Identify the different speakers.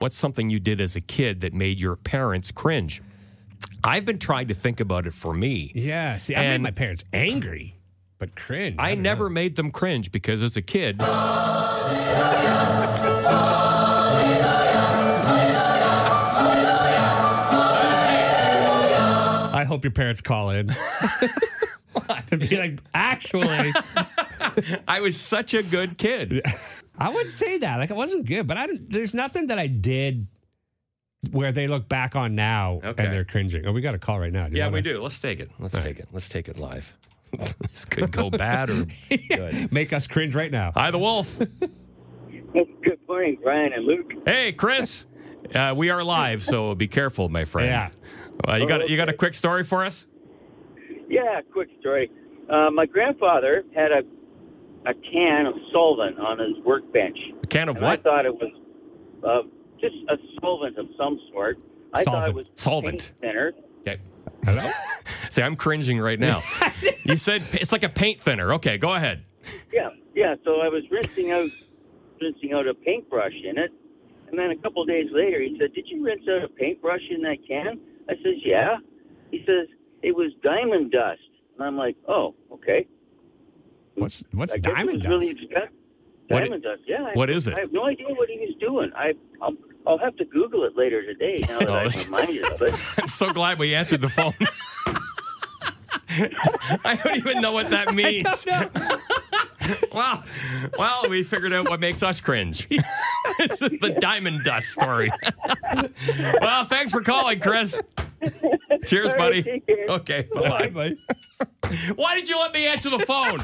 Speaker 1: What's something you did as a kid that made your parents cringe? I've been trying to think about it for me.
Speaker 2: Yeah. See, I
Speaker 1: And-
Speaker 2: made my parents angry, but cringe.
Speaker 1: I
Speaker 2: don't
Speaker 1: never
Speaker 2: know.
Speaker 1: made them cringe because as a kid,
Speaker 2: I hope your parents call in. and be like, actually,
Speaker 1: I was such a good kid.
Speaker 2: I would say that. Like, it wasn't good, but I didn't, there's nothing that I did where they look back on now
Speaker 1: Okay.
Speaker 2: and they're cringing. Oh, we got a call right now. you
Speaker 1: Yeah,
Speaker 2: wanna
Speaker 1: we do. Let's take it. Let's take it. Let's take it live. this could go bad or good.
Speaker 2: Make us cringe right now.
Speaker 1: Hi, the Wolf.
Speaker 3: Good morning, Brian and Luke.
Speaker 1: Hey, Chris. Uh, we are live, so be careful, my friend.
Speaker 2: Yeah.
Speaker 1: Uh, you got you got a quick story for us?
Speaker 3: Yeah, quick story. Uh, my grandfather had a a can of solvent on his workbench.
Speaker 1: A can of
Speaker 3: And I
Speaker 1: what?
Speaker 3: thought it was uh, just a solvent of some sort. I thought
Speaker 2: Solvent.
Speaker 3: it was
Speaker 1: Solvent.
Speaker 3: paint thinner.
Speaker 1: Okay.
Speaker 2: Hello?
Speaker 1: See, I'm cringing right now. you said p- it's like a paint thinner. Okay, go ahead.
Speaker 3: Yeah, yeah. So I was rinsing out rinsing out a paintbrush in it, and then a couple days later, he said, "Did you rinse out a paintbrush in that can?" I says, "Yeah." He says, "It was diamond dust," and I'm like, "Oh, okay."
Speaker 2: What's what's
Speaker 3: I guess it
Speaker 2: diamond
Speaker 3: was
Speaker 2: dust?
Speaker 3: Really expensive.
Speaker 1: What
Speaker 3: diamond dust. Yeah. I-
Speaker 1: what is it?
Speaker 3: I have no idea what he was doing. I I'll, I'll have to Google it later today. Now that
Speaker 1: Oh,
Speaker 3: I'm
Speaker 1: that's-
Speaker 3: reminded of it.
Speaker 1: I'm so glad we answered the phone. I don't even know what that means. Wow. Well, we figured out what makes us cringe. This is the diamond dust story. well, thanks for calling, Chris. Cheers,
Speaker 3: All right,
Speaker 1: buddy.
Speaker 3: take care.
Speaker 1: Okay, bye.
Speaker 2: Bye, buddy.
Speaker 1: Why did you let me answer the phone?